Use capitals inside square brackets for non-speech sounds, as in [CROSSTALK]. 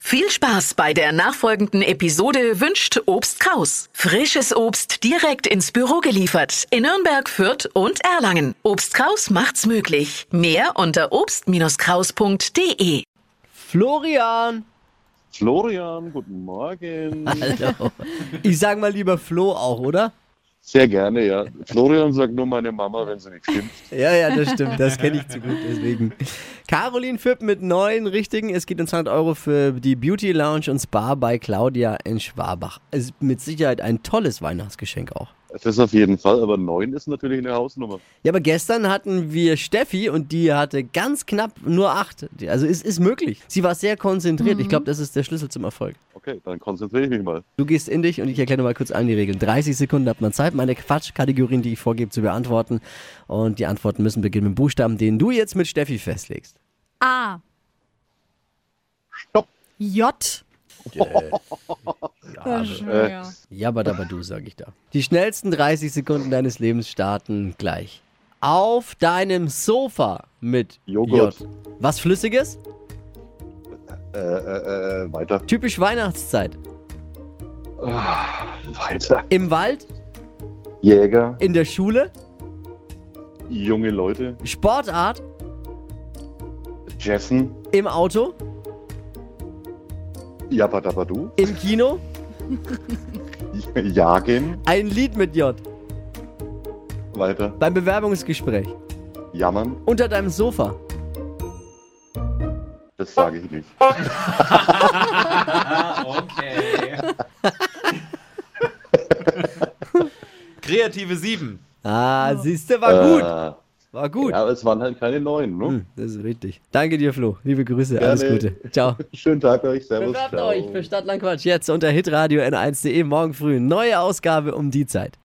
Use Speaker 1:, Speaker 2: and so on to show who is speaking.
Speaker 1: Viel Spaß bei der nachfolgenden Episode wünscht Obst Kraus. Frisches Obst direkt ins Büro geliefert in Nürnberg, Fürth und Erlangen. Obst Kraus macht's möglich. Mehr unter obst-kraus.de.
Speaker 2: Florian!
Speaker 3: Florian, guten Morgen.
Speaker 2: Hallo. Ich sag mal lieber Flo auch, oder?
Speaker 3: Sehr gerne, ja. Florian sagt nur meine Mama, wenn sie nicht schimpft.
Speaker 2: Ja, ja, das stimmt. Das kenne ich zu gut, deswegen. Caroline Fipp mit neun richtigen. Es geht um 200 Euro für die Beauty Lounge und Spa bei Claudia in Schwabach. Ist mit Sicherheit ein tolles Weihnachtsgeschenk auch.
Speaker 3: Das auf jeden Fall, aber neun ist natürlich eine Hausnummer.
Speaker 2: Ja, aber gestern hatten wir Steffi und die hatte ganz knapp nur acht. Die- Also es ist möglich. Sie war sehr konzentriert. Ich glaube, das ist der Schlüssel zum Erfolg.
Speaker 3: Okay, dann konzentriere ich mich mal.
Speaker 2: Du gehst in dich und ich erkläre mal kurz allen die Regeln. 30 Sekunden hat man Zeit, meine Quatschkategorien, die ich vorgebe, zu beantworten. Und die Antworten müssen beginnen mit Buchstaben, den du jetzt mit Steffi festlegst.
Speaker 4: A.
Speaker 3: Stopp.
Speaker 4: J.
Speaker 3: Äh,
Speaker 4: Ja.
Speaker 2: Jabadabadu, sag ich da. Die schnellsten 30 Sekunden deines Lebens starten gleich. Auf deinem Sofa mit
Speaker 3: Joghurt.
Speaker 2: J. Was Flüssiges?
Speaker 3: Äh, äh, äh, weiter.
Speaker 2: Typisch Weihnachtszeit.
Speaker 3: Weiter.
Speaker 2: Im Wald,
Speaker 3: Jäger,
Speaker 2: in der Schule,
Speaker 3: junge Leute,
Speaker 2: Sportart,
Speaker 3: Jessen,
Speaker 2: im Auto,
Speaker 3: Yapadabadu,
Speaker 2: im Kino,
Speaker 3: [LAUGHS] Jagen,
Speaker 2: ein Lied mit J.
Speaker 3: weiter,
Speaker 2: Beim Bewerbungsgespräch,
Speaker 3: Jammern,
Speaker 2: unter deinem Sofa.
Speaker 3: das sage ich nicht.
Speaker 5: Okay. [LAUGHS] Kreative Sieben.
Speaker 2: Ah, siehste, war gut.
Speaker 3: Äh,
Speaker 2: War gut.
Speaker 3: Ja, aber es waren halt keine neun, ne?
Speaker 2: Hm, das ist richtig. Danke dir, Flo. Liebe Grüße.
Speaker 3: Gerne.
Speaker 2: Alles Gute. Ciao.
Speaker 3: Schönen Tag euch, servus.
Speaker 2: Bewerbt
Speaker 3: ciao.
Speaker 2: E euch für Stadtlandquatsch jetzt unter hitradio n1.de morgen früh. Neue Ausgabe um die Zeit.